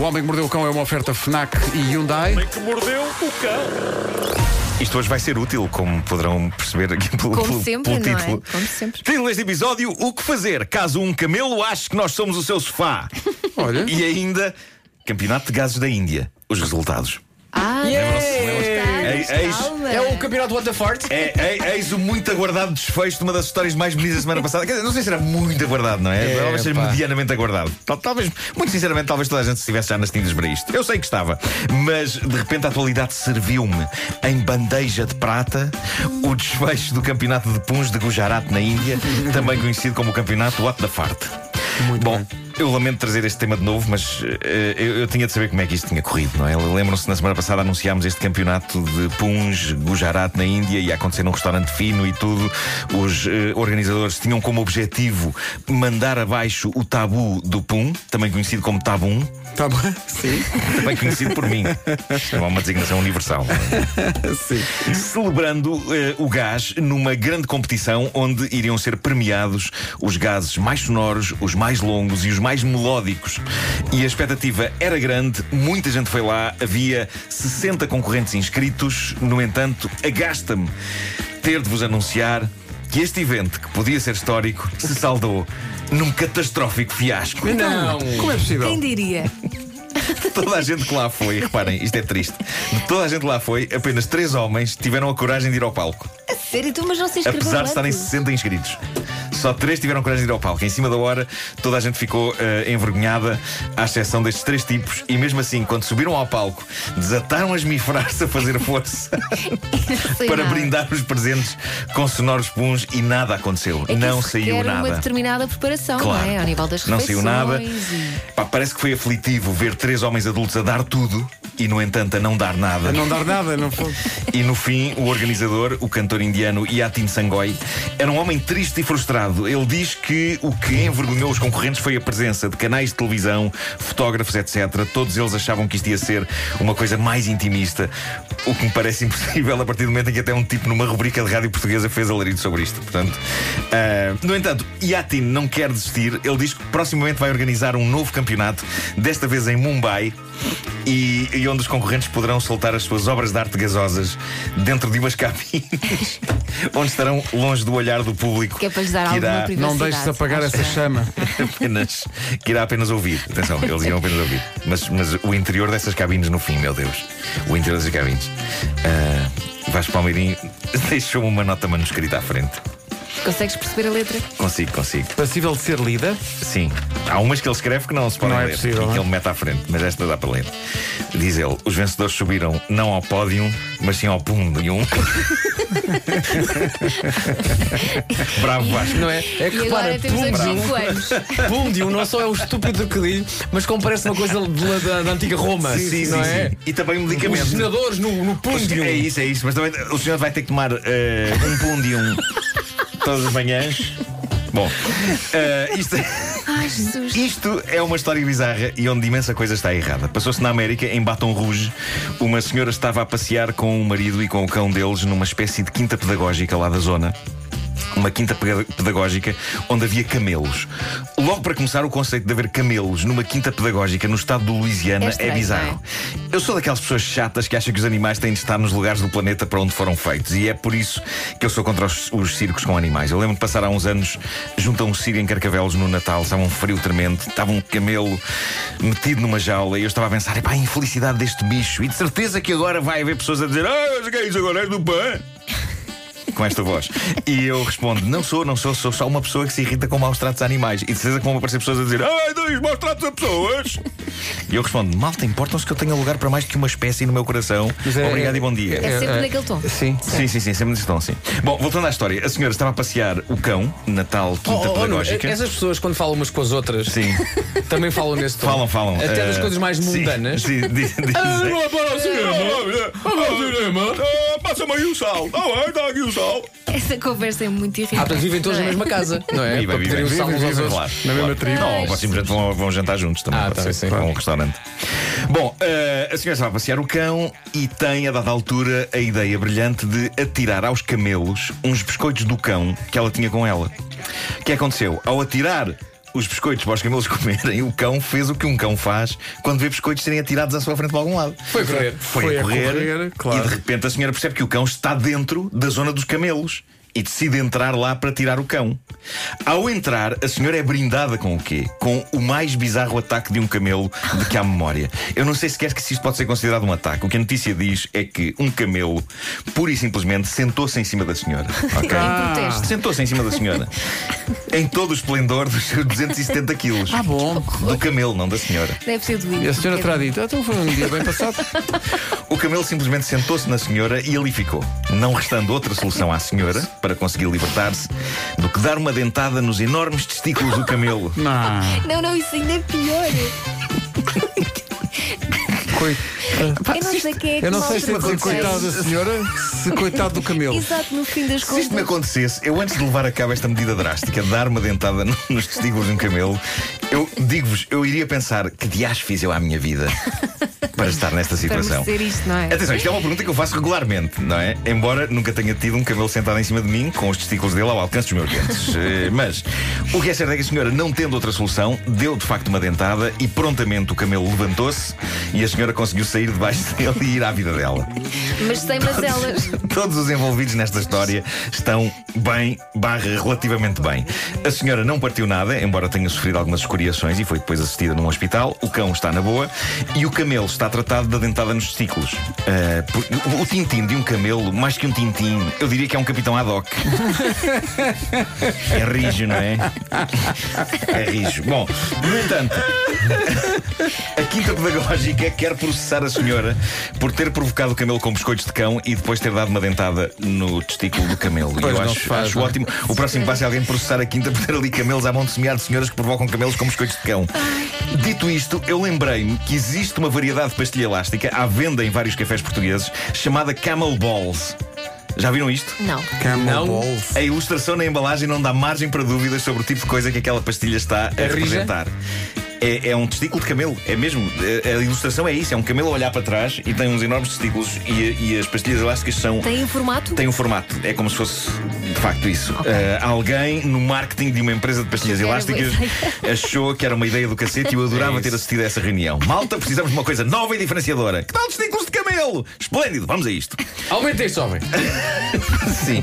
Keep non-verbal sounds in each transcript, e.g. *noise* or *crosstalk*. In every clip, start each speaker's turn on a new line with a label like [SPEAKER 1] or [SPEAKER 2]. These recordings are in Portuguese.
[SPEAKER 1] Homem que Mordeu o Cão é uma oferta FNAC e Hyundai.
[SPEAKER 2] que mordeu o cão.
[SPEAKER 3] Isto hoje vai ser útil, como poderão perceber aqui pelo,
[SPEAKER 4] Como
[SPEAKER 3] pelo-
[SPEAKER 4] sempre,
[SPEAKER 3] pelo
[SPEAKER 4] não é?
[SPEAKER 3] título.
[SPEAKER 4] Como sempre.
[SPEAKER 3] Título deste episódio: O que fazer caso um camelo ache que nós somos o seu sofá?
[SPEAKER 1] Olha,
[SPEAKER 3] e ainda, Campeonato de Gases da Índia. Os resultados.
[SPEAKER 4] Ah,
[SPEAKER 5] É
[SPEAKER 3] É, Ei,
[SPEAKER 4] está,
[SPEAKER 3] ei,
[SPEAKER 4] está, calma.
[SPEAKER 1] campeonato do Forte.
[SPEAKER 3] É, é, eis o muito aguardado desfecho de uma das histórias mais bonitas da semana passada. Quer dizer, não sei se era muito aguardado, não é?
[SPEAKER 1] É,
[SPEAKER 3] Talvez seja
[SPEAKER 1] pá.
[SPEAKER 3] medianamente aguardado. Tal- Talvez, muito sinceramente, talvez toda a gente estivesse já nas tintas para isto. Eu sei que estava. Mas, de repente, a atualidade serviu-me em bandeja de prata o desfecho do campeonato de puns de Gujarat na Índia, também conhecido como o campeonato What the Fart. Bom, eu lamento trazer este tema de novo, mas eh, eu, eu tinha de saber como é que isto tinha corrido, não é? Lembram-se, na semana passada anunciámos este campeonato de Punj, Gujarat, na Índia, ia acontecer num restaurante fino e tudo. Os eh, organizadores tinham como objetivo mandar abaixo o tabu do Pum, também conhecido como Tabum,
[SPEAKER 1] Tá bom. Sim,
[SPEAKER 3] também conhecido por mim. Isto é uma designação *laughs* universal
[SPEAKER 1] sim.
[SPEAKER 3] celebrando eh, o gás numa grande competição onde iriam ser premiados os gases mais sonoros, os mais longos e os mais melódicos. E a expectativa era grande, muita gente foi lá, havia 60 concorrentes inscritos. No entanto, agasta-me ter de vos anunciar que este evento, que podia ser histórico, se saldou num catastrófico fiasco.
[SPEAKER 1] Não. Como é possível?
[SPEAKER 4] Quem diria?
[SPEAKER 3] Toda a gente que lá foi, reparem, isto é triste. De toda a gente que lá foi, apenas três homens tiveram a coragem de ir ao palco.
[SPEAKER 4] A sério, tu, mas não se inscreveu
[SPEAKER 3] Apesar de
[SPEAKER 4] antes?
[SPEAKER 3] estarem 60 inscritos. Só três tiveram coragem de ir ao palco. Em cima da hora, toda a gente ficou eh, envergonhada, à exceção destes três tipos, e mesmo assim, quando subiram ao palco, desataram as mifrar-se a fazer força
[SPEAKER 4] Não é?
[SPEAKER 3] *laughs*
[SPEAKER 4] sei
[SPEAKER 3] para
[SPEAKER 4] nada.
[SPEAKER 3] brindar os presentes com sonoros puns e nada aconteceu.
[SPEAKER 4] É que
[SPEAKER 3] não
[SPEAKER 4] isso
[SPEAKER 3] saiu
[SPEAKER 4] requer uma
[SPEAKER 3] nada.
[SPEAKER 4] determinada preparação,
[SPEAKER 3] Claro.
[SPEAKER 4] não é? Ao nível das
[SPEAKER 3] Não
[SPEAKER 4] refeições.
[SPEAKER 3] saiu nada.
[SPEAKER 4] e-
[SPEAKER 3] Pá, parece que foi aflitivo ver três homens adultos a dar tudo e, no entanto, a não dar nada.
[SPEAKER 1] A não dar nada, não foi?
[SPEAKER 3] E no fim, o organizador, o cantor indiano Yatin Sangoi, era um homem triste e frustrado. Ele diz que o que envergonhou os concorrentes foi a presença de canais de televisão, fotógrafos, etc. Todos eles achavam que isto ia ser uma coisa mais intimista, o que me parece *laughs* impossível a partir do momento em que até um tipo numa rubrica de rádio portuguesa fez alarido sobre isto. Portanto, ah, no entanto, Yatin não quer desistir. Ele diz que proximamente vai organizar um novo campeonato, desta vez em Mumbai, e, e onde os concorrentes poderão soltar as suas obras de arte gasosas dentro de umas cabines, *laughs* onde estarão longe do olhar do público.
[SPEAKER 4] Que é para lhes dar
[SPEAKER 3] que
[SPEAKER 4] alguma
[SPEAKER 3] irá
[SPEAKER 1] Não
[SPEAKER 4] privacidade.
[SPEAKER 1] deixes apagar
[SPEAKER 4] acho é.
[SPEAKER 1] essa
[SPEAKER 4] eu.
[SPEAKER 1] chama.
[SPEAKER 3] *laughs* apenas, que irá apenas ouvir. Atenção, eles irão apenas ouvir. Mas, mas o interior dessas cabines, no fim, meu Deus. O interior dessas cabines. Ah, Vasco Palmeirim *laughs* deixou uma nota manuscrita à frente.
[SPEAKER 4] Consegues perceber a letra?
[SPEAKER 3] Consigo, consigo.
[SPEAKER 1] Passível de ser lida?
[SPEAKER 3] Sim. Há umas que ele escreve que não se podem
[SPEAKER 1] Não é
[SPEAKER 3] ler
[SPEAKER 1] possível,
[SPEAKER 3] e
[SPEAKER 1] não é?
[SPEAKER 3] que ele mete à frente, mas esta dá para ler. Diz ele: os vencedores subiram não ao pódio, mas sim ao pum de um. Bravo Vasco.
[SPEAKER 5] Não é? É que
[SPEAKER 4] e
[SPEAKER 5] repara,
[SPEAKER 4] agora temos
[SPEAKER 5] pum,
[SPEAKER 4] anos
[SPEAKER 5] de um-
[SPEAKER 4] 5 anos.
[SPEAKER 5] pum de um não só é o estúpido que diz, mas como parece uma coisa de lá da, da antiga Roma,
[SPEAKER 3] Sim, sim,
[SPEAKER 5] não
[SPEAKER 3] sim.
[SPEAKER 5] é?
[SPEAKER 3] E também um medicamento.
[SPEAKER 5] Os senadores no, no pum
[SPEAKER 3] Pois,
[SPEAKER 5] de um.
[SPEAKER 3] É isso, é isso. Mas também o senhor vai ter que tomar eh, um pum de um todas as manhãs. Bom, eh, isto,
[SPEAKER 4] Ai, Jesus.
[SPEAKER 3] isto é uma história bizarra e onde imensa coisa está errada. Passou-se na América, em Baton Rouge. Uma senhora estava a passear com o marido e com o cão deles numa espécie de quinta pedagógica lá da zona. Uma quinta peda- pedagógica onde havia camelos. Logo para começar, o conceito de haver camelos numa quinta pedagógica no estado do Louisiana
[SPEAKER 4] É
[SPEAKER 3] é,
[SPEAKER 4] estranho,
[SPEAKER 3] bizarro.
[SPEAKER 4] não é?
[SPEAKER 3] Eu sou daquelas pessoas chatas que acham que os animais têm de estar nos lugares do planeta para onde foram feitos e é por isso que eu sou contra os, os circos com animais. Eu lembro de passar há uns anos junto a um circo em Carcavelos no Natal, estava um frio tremendo, estava um camelo metido numa jaula e eu estava a pensar, epá, a infelicidade deste bicho e de certeza que agora vai haver pessoas a dizer, ah, mas o que é isso agora é do pão com esta voz. E eu respondo: não sou, não sou, sou só uma pessoa que se irrita com maus tratos a animais. E de certeza que vão aparecer pessoas a dizer: ai, dois maus tratos a pessoas. E eu respondo: malta, importam-se que eu tenha lugar para mais que uma espécie no meu coração.
[SPEAKER 1] Mas é-
[SPEAKER 3] Obrigado e bom dia.
[SPEAKER 4] É sempre naquele tom.
[SPEAKER 1] Sim.
[SPEAKER 3] Sim, sim, sim, sempre nesse tom, sim. Bom, voltando à história, a senhora estava a passear o cão, Natal,
[SPEAKER 5] Oh,
[SPEAKER 3] quinta
[SPEAKER 5] oh, oh, Nuno,
[SPEAKER 3] pedagógica.
[SPEAKER 5] essas pessoas, quando falam umas com as outras,
[SPEAKER 3] Sim,
[SPEAKER 5] também falam nesse tom.
[SPEAKER 3] falam, falam.
[SPEAKER 5] Até
[SPEAKER 3] Eh,
[SPEAKER 5] das coisas mais
[SPEAKER 3] sim,
[SPEAKER 5] mundanas.
[SPEAKER 3] Sim, diz- dizem.
[SPEAKER 5] é para o cinema! Para o cinema!
[SPEAKER 3] Passa-me aí o sal. Ah, dá aqui o sal.
[SPEAKER 4] Essa conversa é muito irritante.
[SPEAKER 5] Ah, portanto, vivem todos na
[SPEAKER 4] não é?
[SPEAKER 5] mesma casa, não é?
[SPEAKER 3] Viva,
[SPEAKER 5] Para
[SPEAKER 3] viva,
[SPEAKER 5] poderem usar
[SPEAKER 3] viva,
[SPEAKER 5] uns aos
[SPEAKER 3] viva,
[SPEAKER 5] outros.
[SPEAKER 3] claro,
[SPEAKER 1] Na mesma
[SPEAKER 3] claro.
[SPEAKER 1] tribo.
[SPEAKER 3] Não, ao próximo jantar vão, vão jantar juntos também.
[SPEAKER 5] Ah,
[SPEAKER 3] pode
[SPEAKER 5] tá
[SPEAKER 3] ser,
[SPEAKER 5] bem, sim.
[SPEAKER 3] para um restaurante. Bom, eh, a senhora estava a passear o cão e tem, a dada altura, a ideia brilhante de atirar aos camelos uns biscoitos do cão que ela tinha com ela. O que aconteceu? Ao atirar os biscoitos para os camelos *laughs* comerem, o cão fez o que um cão faz quando vê biscoitos serem atirados à sua frente de algum lado.
[SPEAKER 5] Foi correr.
[SPEAKER 3] Foi,
[SPEAKER 1] Foi
[SPEAKER 3] a
[SPEAKER 1] a
[SPEAKER 3] correr,
[SPEAKER 1] correr, claro.
[SPEAKER 3] e de repente a senhora percebe que o cão está dentro da zona dos camelos e decide entrar lá para tirar o cão. Ao entrar, a senhora é brindada com o quê? Com o mais bizarro ataque de um camelo de que há memória. Eu não sei sequer que se isto pode ser considerado um ataque. O que a notícia diz é que um camelo, pura e simplesmente, sentou-se em cima
[SPEAKER 5] *laughs*
[SPEAKER 3] da senhora. ok?
[SPEAKER 4] Em protesto.
[SPEAKER 3] Sentou-se em cima da senhora. em todo o esplendor dos seus 270 quilos.
[SPEAKER 5] Ah, bom.
[SPEAKER 3] Do camelo, não da senhora.
[SPEAKER 4] Deve ser doído.
[SPEAKER 1] E a senhora terá dito, então foi um dia bem *laughs* passado.
[SPEAKER 3] O camelo simplesmente sentou-se na senhora e ali ficou. Não restando outra solução à senhora para conseguir libertar-se do que dar uma dentada nos enormes testículos do camelo.
[SPEAKER 1] Não.
[SPEAKER 4] Não, não, isso ainda é pior.
[SPEAKER 1] Coi-
[SPEAKER 4] Eu não sei quem é que
[SPEAKER 1] Eu não sei
[SPEAKER 4] mostra
[SPEAKER 1] se é dizer
[SPEAKER 4] vocês.
[SPEAKER 1] coitado da senhora, se coitado do camelo.
[SPEAKER 4] Exato, no fim das
[SPEAKER 3] Se isto me
[SPEAKER 4] contas.
[SPEAKER 3] acontecesse, eu antes de levar a cabo esta medida drástica, de dar uma dentada no- nos testículos de um camelo, eu digo-vos, eu iria pensar que dias fiz eu à minha vida para estar nesta
[SPEAKER 4] Para
[SPEAKER 3] situação.
[SPEAKER 4] merecer isto, não é?
[SPEAKER 3] Atenção, isto é uma pergunta que eu faço regularmente, não é? Embora nunca tenha tido um camelo sentado em cima de mim, com os testículos dele ao alcance dos meus dentes. Eh, Mas o que é certo é que a senhora, não tendo outra solução, deu de facto uma dentada e prontamente o camelo levantou-se e a senhora conseguiu sair debaixo *laughs* dele e ir à vida dela.
[SPEAKER 4] Mas sem elas.
[SPEAKER 3] *laughs* Todos os envolvidos nesta história estão bem, barra relativamente bem. A senhora não partiu nada, embora tenha sofrido algumas escoriações e foi depois assistida num hospital. O cão está na boa e o camelo está tratado da dentada nos testículos. Ah, por- o, o tintim de um camelo, mais que um tintim, eu diria que é um capitão ad hoc. *laughs* É rijo, não é? É rijo. Bom, no entanto, a Quinta Pedagógica quer processar a senhora por ter provocado o camelo com biscoitos de cão e depois ter dado uma dentada no testículo do camelo. E
[SPEAKER 1] Pois
[SPEAKER 3] eu
[SPEAKER 1] não
[SPEAKER 3] acho,
[SPEAKER 1] se faz,
[SPEAKER 3] acho
[SPEAKER 1] não é?
[SPEAKER 3] ótimo. O próximo passo é alguém processar a Quinta por ter ali camelos à mão de semear de senhoras que provocam camelos com biscoitos de cão. Dito isto, eu lembrei-me que existe uma variedade de pastilha elástica à venda em vários cafés portugueses chamada Camel Balls. Já viram isto?
[SPEAKER 4] Não.
[SPEAKER 5] Não.
[SPEAKER 1] Camel balls.
[SPEAKER 3] A ilustração na embalagem não dá margem para dúvidas sobre o tipo de coisa que aquela pastilha está a
[SPEAKER 5] rija?
[SPEAKER 3] representar. É, é um testículo de camelo, é mesmo. A, a ilustração é isso: é um camelo a olhar para trás e tem uns enormes testículos e, e as pastilhas elásticas são.
[SPEAKER 4] Tem o formato?
[SPEAKER 3] têm um formato, é como se fosse de facto isso.
[SPEAKER 4] Ok.
[SPEAKER 3] Ah, alguém no marketing de uma empresa de pastilhas
[SPEAKER 4] Era
[SPEAKER 3] elásticas *laughs*
[SPEAKER 4] boa
[SPEAKER 3] achou que era uma ideia do cacete e eu adorava ter assistido a essa reunião. Malta, precisamos de uma coisa nova e diferenciadora. Que tal testículos de camelo? Esplêndido, vamos a isto.
[SPEAKER 5] Aumenta isto, homem.
[SPEAKER 3] *laughs* Sim,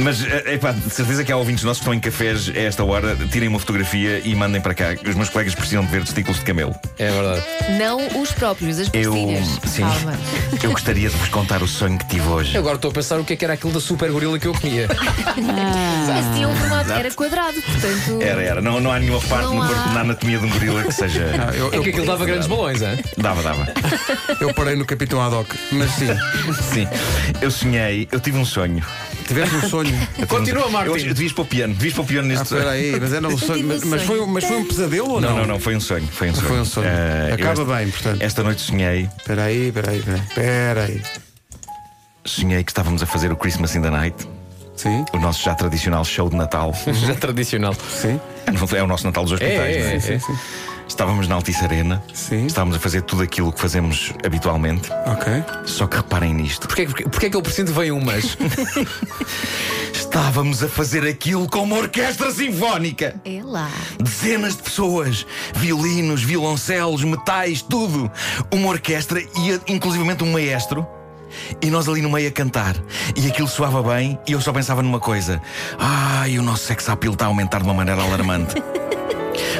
[SPEAKER 3] mas eh, epá, de certeza que há ouvintes nossos que estão em cafés a esta hora, tirem uma fotografia e mandem para cá. Os meus colegas precisam de ver testículos de camelo.
[SPEAKER 5] É verdade.
[SPEAKER 4] Não os próprios, as
[SPEAKER 3] Eu.
[SPEAKER 4] pastilhas.
[SPEAKER 3] Sim.
[SPEAKER 4] Calma.
[SPEAKER 3] *laughs* Eu gostaria de vos contar o sonho que tive hoje.
[SPEAKER 5] Eu agora estou a pensar o que é que era aquilo da super gorila que eu comia.
[SPEAKER 4] Mas tinha um formato, era quadrado, portanto.
[SPEAKER 3] Era, era. Não, não há nenhuma parte
[SPEAKER 4] Não
[SPEAKER 3] no corpo,
[SPEAKER 4] há.
[SPEAKER 3] na anatomia de um gorila que seja.
[SPEAKER 1] Eu,
[SPEAKER 5] É
[SPEAKER 1] eu-
[SPEAKER 5] que aquilo dava grandes balões, é?
[SPEAKER 3] Dava, dava.
[SPEAKER 1] eu parei no Capitão Adoc, mas sim,
[SPEAKER 3] Sim. Eu sonhei, eu tive um sonho.
[SPEAKER 1] tiveste um sonho.
[SPEAKER 3] Eu tive
[SPEAKER 5] Continua,
[SPEAKER 3] um sonho. Eu,
[SPEAKER 5] Martin.
[SPEAKER 3] eu devias para o piano, devias para o piano
[SPEAKER 1] Ah,
[SPEAKER 3] neste
[SPEAKER 1] espera aí, mas era um sonho. Mas, mas foi, um- mas foi um pesadelo ou não?
[SPEAKER 3] Não, não, não, foi um sonho. Foi um sonho.
[SPEAKER 1] Foi um sonho.
[SPEAKER 3] Eh, eu
[SPEAKER 1] Acaba
[SPEAKER 3] esta-
[SPEAKER 1] bem, portanto.
[SPEAKER 3] Esta noite sonhei
[SPEAKER 1] Espera aí, espera aí, espera aí, espera aí.
[SPEAKER 3] Sonhei que estávamos a fazer o Christmas in the Night,
[SPEAKER 1] Sim,
[SPEAKER 3] o nosso já tradicional show de Natal.
[SPEAKER 5] Já tradicional.
[SPEAKER 1] sim,
[SPEAKER 3] É o nosso Natal dos hospitais, não é?
[SPEAKER 5] é.
[SPEAKER 1] sim,
[SPEAKER 3] Estávamos na Altice Arena,
[SPEAKER 1] Sim.
[SPEAKER 3] estávamos a fazer tudo aquilo que fazemos habitualmente,
[SPEAKER 1] ok.
[SPEAKER 3] só que reparem nisto.
[SPEAKER 5] Porquê, porquê, porquê que eu preciso de vem um mas?
[SPEAKER 3] Estávamos a fazer aquilo com uma orquestra sinfónica.
[SPEAKER 4] É lá. *laughs*
[SPEAKER 3] Dezenas de pessoas, violinos, violoncelos, metais, tudo. Uma orquestra e inclusivamente um maestro. E nós ali no meio a cantar. E aquilo soava bem e eu só pensava numa coisa. Ai, o nosso sexo appeal está a aumentar de uma maneira
[SPEAKER 1] *laughs*
[SPEAKER 3] alarmante.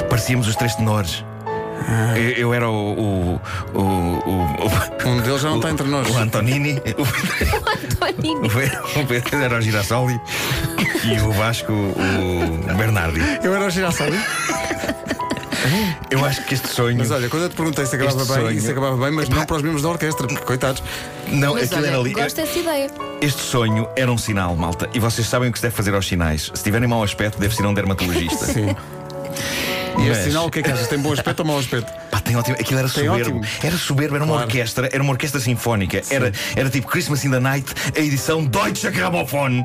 [SPEAKER 3] Parecíamos os três tenores.
[SPEAKER 1] Ah.
[SPEAKER 3] Eu, eu era o- o- o- o- o
[SPEAKER 1] Um deles já não está entre nós.
[SPEAKER 3] o Antonini, o
[SPEAKER 4] António.
[SPEAKER 3] Pedro, o Pedro era o Girassoli e o Vasco, o Bernardi.
[SPEAKER 1] Eu era o girassol.
[SPEAKER 3] Eu acho que este sonho.
[SPEAKER 1] Mas olha, quando eu te perguntei se acabava
[SPEAKER 3] Este
[SPEAKER 1] bem,
[SPEAKER 3] sonho-
[SPEAKER 1] isso acabava bem, mas não para os membros da orquestra, porque coitados.
[SPEAKER 3] não,
[SPEAKER 4] Mas
[SPEAKER 3] aquilo
[SPEAKER 4] olha,
[SPEAKER 3] era ali.
[SPEAKER 4] gosto dessa ideia.
[SPEAKER 3] Este sonho era um sinal, malta. E vocês sabem o que se deve fazer aos sinais. Se tiverem mau aspecto, deve ser um
[SPEAKER 4] *laughs*
[SPEAKER 3] dermatologista.
[SPEAKER 1] Sim. E
[SPEAKER 3] Mas-
[SPEAKER 1] esse sinal, o que é que achas? Tem bom aspecto ou mau aspecto?
[SPEAKER 3] Pá, tem ótimo. Aquilo era
[SPEAKER 1] Tem
[SPEAKER 3] soberbo.
[SPEAKER 1] ótimo.
[SPEAKER 3] Era soberbo, era uma
[SPEAKER 1] Claro.
[SPEAKER 3] orquestra, era uma orquestra sinfónica. Era, era tipo Christmas in the Night, a edição Deutsche
[SPEAKER 5] *laughs*
[SPEAKER 3] Grammophon.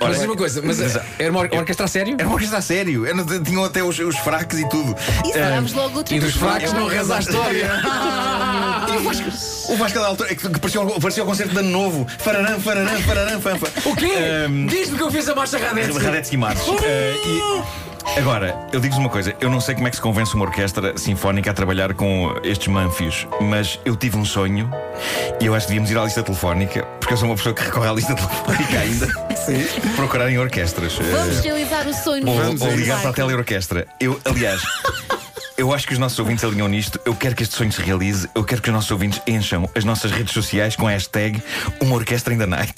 [SPEAKER 3] Ora,
[SPEAKER 5] Mas diz uma coisa, mas
[SPEAKER 3] Exato.
[SPEAKER 5] era uma or- orquestra a sério?
[SPEAKER 3] Era uma orquestra a sério. Era- tinham até os, os fracos e tudo.
[SPEAKER 4] E
[SPEAKER 3] Ah,
[SPEAKER 4] falámos logo outro
[SPEAKER 5] E
[SPEAKER 4] tipo
[SPEAKER 5] dos
[SPEAKER 4] episódio.
[SPEAKER 5] fracos não reza a história.
[SPEAKER 3] *laughs* E o Vasco, o Vasco da altura é que que parecia, o- parecia o concerto de ano novo. Fararam, fararam, fararam, fanfa.
[SPEAKER 5] O quê? Diz-me que eu fiz a marcha Radetzky. Oh,
[SPEAKER 3] Radetzky Matos. Eh, e- Agora, eu digo-vos uma coisa: eu não sei como é que se convence uma orquestra sinfónica a trabalhar com estes manfios, mas eu tive um sonho e eu acho que devíamos ir à lista telefónica, porque eu sou uma pessoa que recorre à lista telefónica ainda, procurar em orquestras.
[SPEAKER 4] Vamos
[SPEAKER 3] Eh,
[SPEAKER 4] realizar o sonho.
[SPEAKER 3] ou,
[SPEAKER 1] Vamos
[SPEAKER 3] ou
[SPEAKER 1] a
[SPEAKER 3] ligar
[SPEAKER 4] isso.
[SPEAKER 3] para a teleorquestra. Eu, aliás. Eu acho que os nossos ouvintes alinham nisto. Eu quero que este sonho se realize. Eu quero que os nossos ouvintes encham as nossas redes sociais com a hashtag Uma Orquestra in the Night.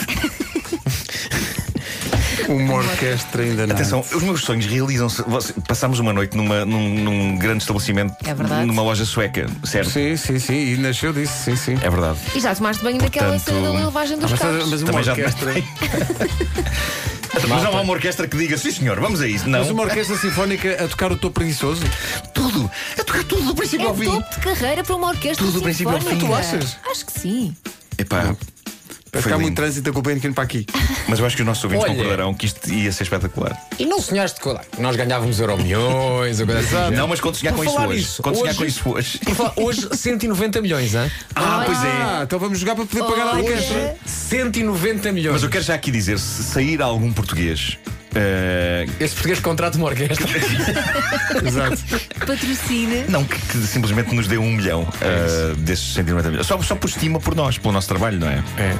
[SPEAKER 1] Uma orquestra ainda não.
[SPEAKER 3] Atenção, os meus sonhos realizam-se. Você- Passámos uma noite numa- num, num grande estabelecimento,
[SPEAKER 4] É verdade.
[SPEAKER 3] numa loja sueca, certo?
[SPEAKER 1] Sim, sim, sim. E nasceu disso, sim, sim.
[SPEAKER 3] É verdade.
[SPEAKER 4] E já tomaste banho daquela
[SPEAKER 3] Portanto- Ah,
[SPEAKER 4] cena da lavagem dos
[SPEAKER 1] mas,
[SPEAKER 4] carros.
[SPEAKER 1] mas uma
[SPEAKER 3] Também já-
[SPEAKER 1] orquestra.
[SPEAKER 5] Então,
[SPEAKER 3] Mas não há uma orquestra que diga, sim senhor, vamos a isso. Não,
[SPEAKER 1] Mas uma orquestra sinfónica a tocar o teu preguiçoso?
[SPEAKER 3] tudo, a tocar tudo do princípio
[SPEAKER 4] É
[SPEAKER 3] ao fim.
[SPEAKER 4] topo de carreira para uma orquestra
[SPEAKER 3] Tudo do princípio ao fim.
[SPEAKER 4] sinfónica.
[SPEAKER 1] Tu achas?
[SPEAKER 4] Acho que sim.
[SPEAKER 3] Epá,
[SPEAKER 1] Vai
[SPEAKER 3] foi
[SPEAKER 1] ficar muito
[SPEAKER 3] lindo.
[SPEAKER 1] trânsito a companhia para aqui.
[SPEAKER 3] Mas eu acho que os nossos ouvintes
[SPEAKER 5] Olha.
[SPEAKER 3] concordarão que isto ia ser espetacular.
[SPEAKER 5] E não sonhaste com. Nós ganhávamos euro milhões, ou coisa assim. do género.
[SPEAKER 3] Não, mas quando sonhar
[SPEAKER 5] Por
[SPEAKER 3] com isso
[SPEAKER 5] falar
[SPEAKER 3] hoje.
[SPEAKER 5] nisso,
[SPEAKER 3] quando sonhar
[SPEAKER 5] hoje-
[SPEAKER 3] com isso hoje.
[SPEAKER 5] Por falar, hoje 190 milhões, hã?
[SPEAKER 3] Ah, pois é.
[SPEAKER 1] Ah, então vamos jogar para poder pagar a
[SPEAKER 4] Olha.
[SPEAKER 3] *laughs*
[SPEAKER 1] orquestra.
[SPEAKER 5] 190 milhões.
[SPEAKER 3] Mas eu quero já aqui dizer: se sair algum português. eh,
[SPEAKER 5] Esse português contrata uma orquestra.
[SPEAKER 1] Exato.
[SPEAKER 4] Patrocina.
[SPEAKER 3] não, que, que simplesmente nos dê um milhão
[SPEAKER 5] É
[SPEAKER 3] eh, desses 190 milhões. Só, só por estima por nós, pelo nosso trabalho, não é?
[SPEAKER 1] É,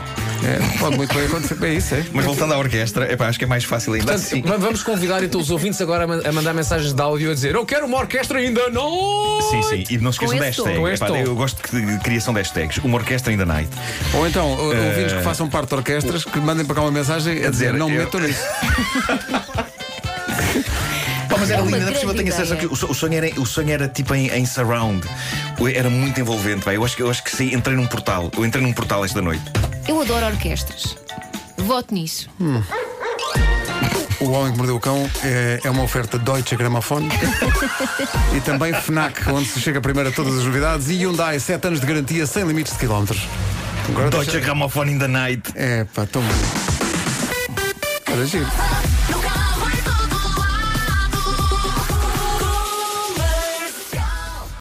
[SPEAKER 1] pode muito bem acontecer. É isso, é.
[SPEAKER 3] Mas voltando à orquestra, epá, acho que é mais fácil ainda.
[SPEAKER 5] Portanto,
[SPEAKER 3] assim.
[SPEAKER 5] va- vamos convidar então os ouvintes agora a man- a mandar mensagens de áudio a dizer Eu quero uma orquestra ainda não!
[SPEAKER 3] Sim, sim, e não se esqueçam
[SPEAKER 4] Com
[SPEAKER 3] da
[SPEAKER 4] este
[SPEAKER 3] hashtag.
[SPEAKER 5] tom. Com este
[SPEAKER 3] Epá,
[SPEAKER 5] tom.
[SPEAKER 3] eu gosto de- de criação de hashtags. Uma orquestra ainda night.
[SPEAKER 1] Ou então, ou- ouvintes que façam parte de orquestras, que mandem para cá uma mensagem a dizer
[SPEAKER 3] dizer,
[SPEAKER 1] não me
[SPEAKER 3] eu-
[SPEAKER 1] metam nisso.
[SPEAKER 3] Pá, mas era
[SPEAKER 4] É uma
[SPEAKER 3] lindo, ainda por
[SPEAKER 4] grande
[SPEAKER 3] cima tenho a sensação que
[SPEAKER 4] ideia.
[SPEAKER 3] o so- o sonho era, o sonho era tipo em, em surround. Era muito envolvente, pá. Eu acho que, eu acho que sim, entrei num portal. Eu entrei num portal esta noite.
[SPEAKER 4] Eu adoro orquestras. Voto nisso.
[SPEAKER 1] O Homem que Mordeu o Cão é, é uma oferta Deutsche
[SPEAKER 3] *laughs*
[SPEAKER 1] Grammophon e também FNAC, onde se chega primeiro a todas as novidades, e Hyundai, 7 anos de garantia, sem limites de quilómetros. É, Agora
[SPEAKER 3] Deutsche Grammophon in the night.
[SPEAKER 1] É, pá, tão. Era giro.
[SPEAKER 6] No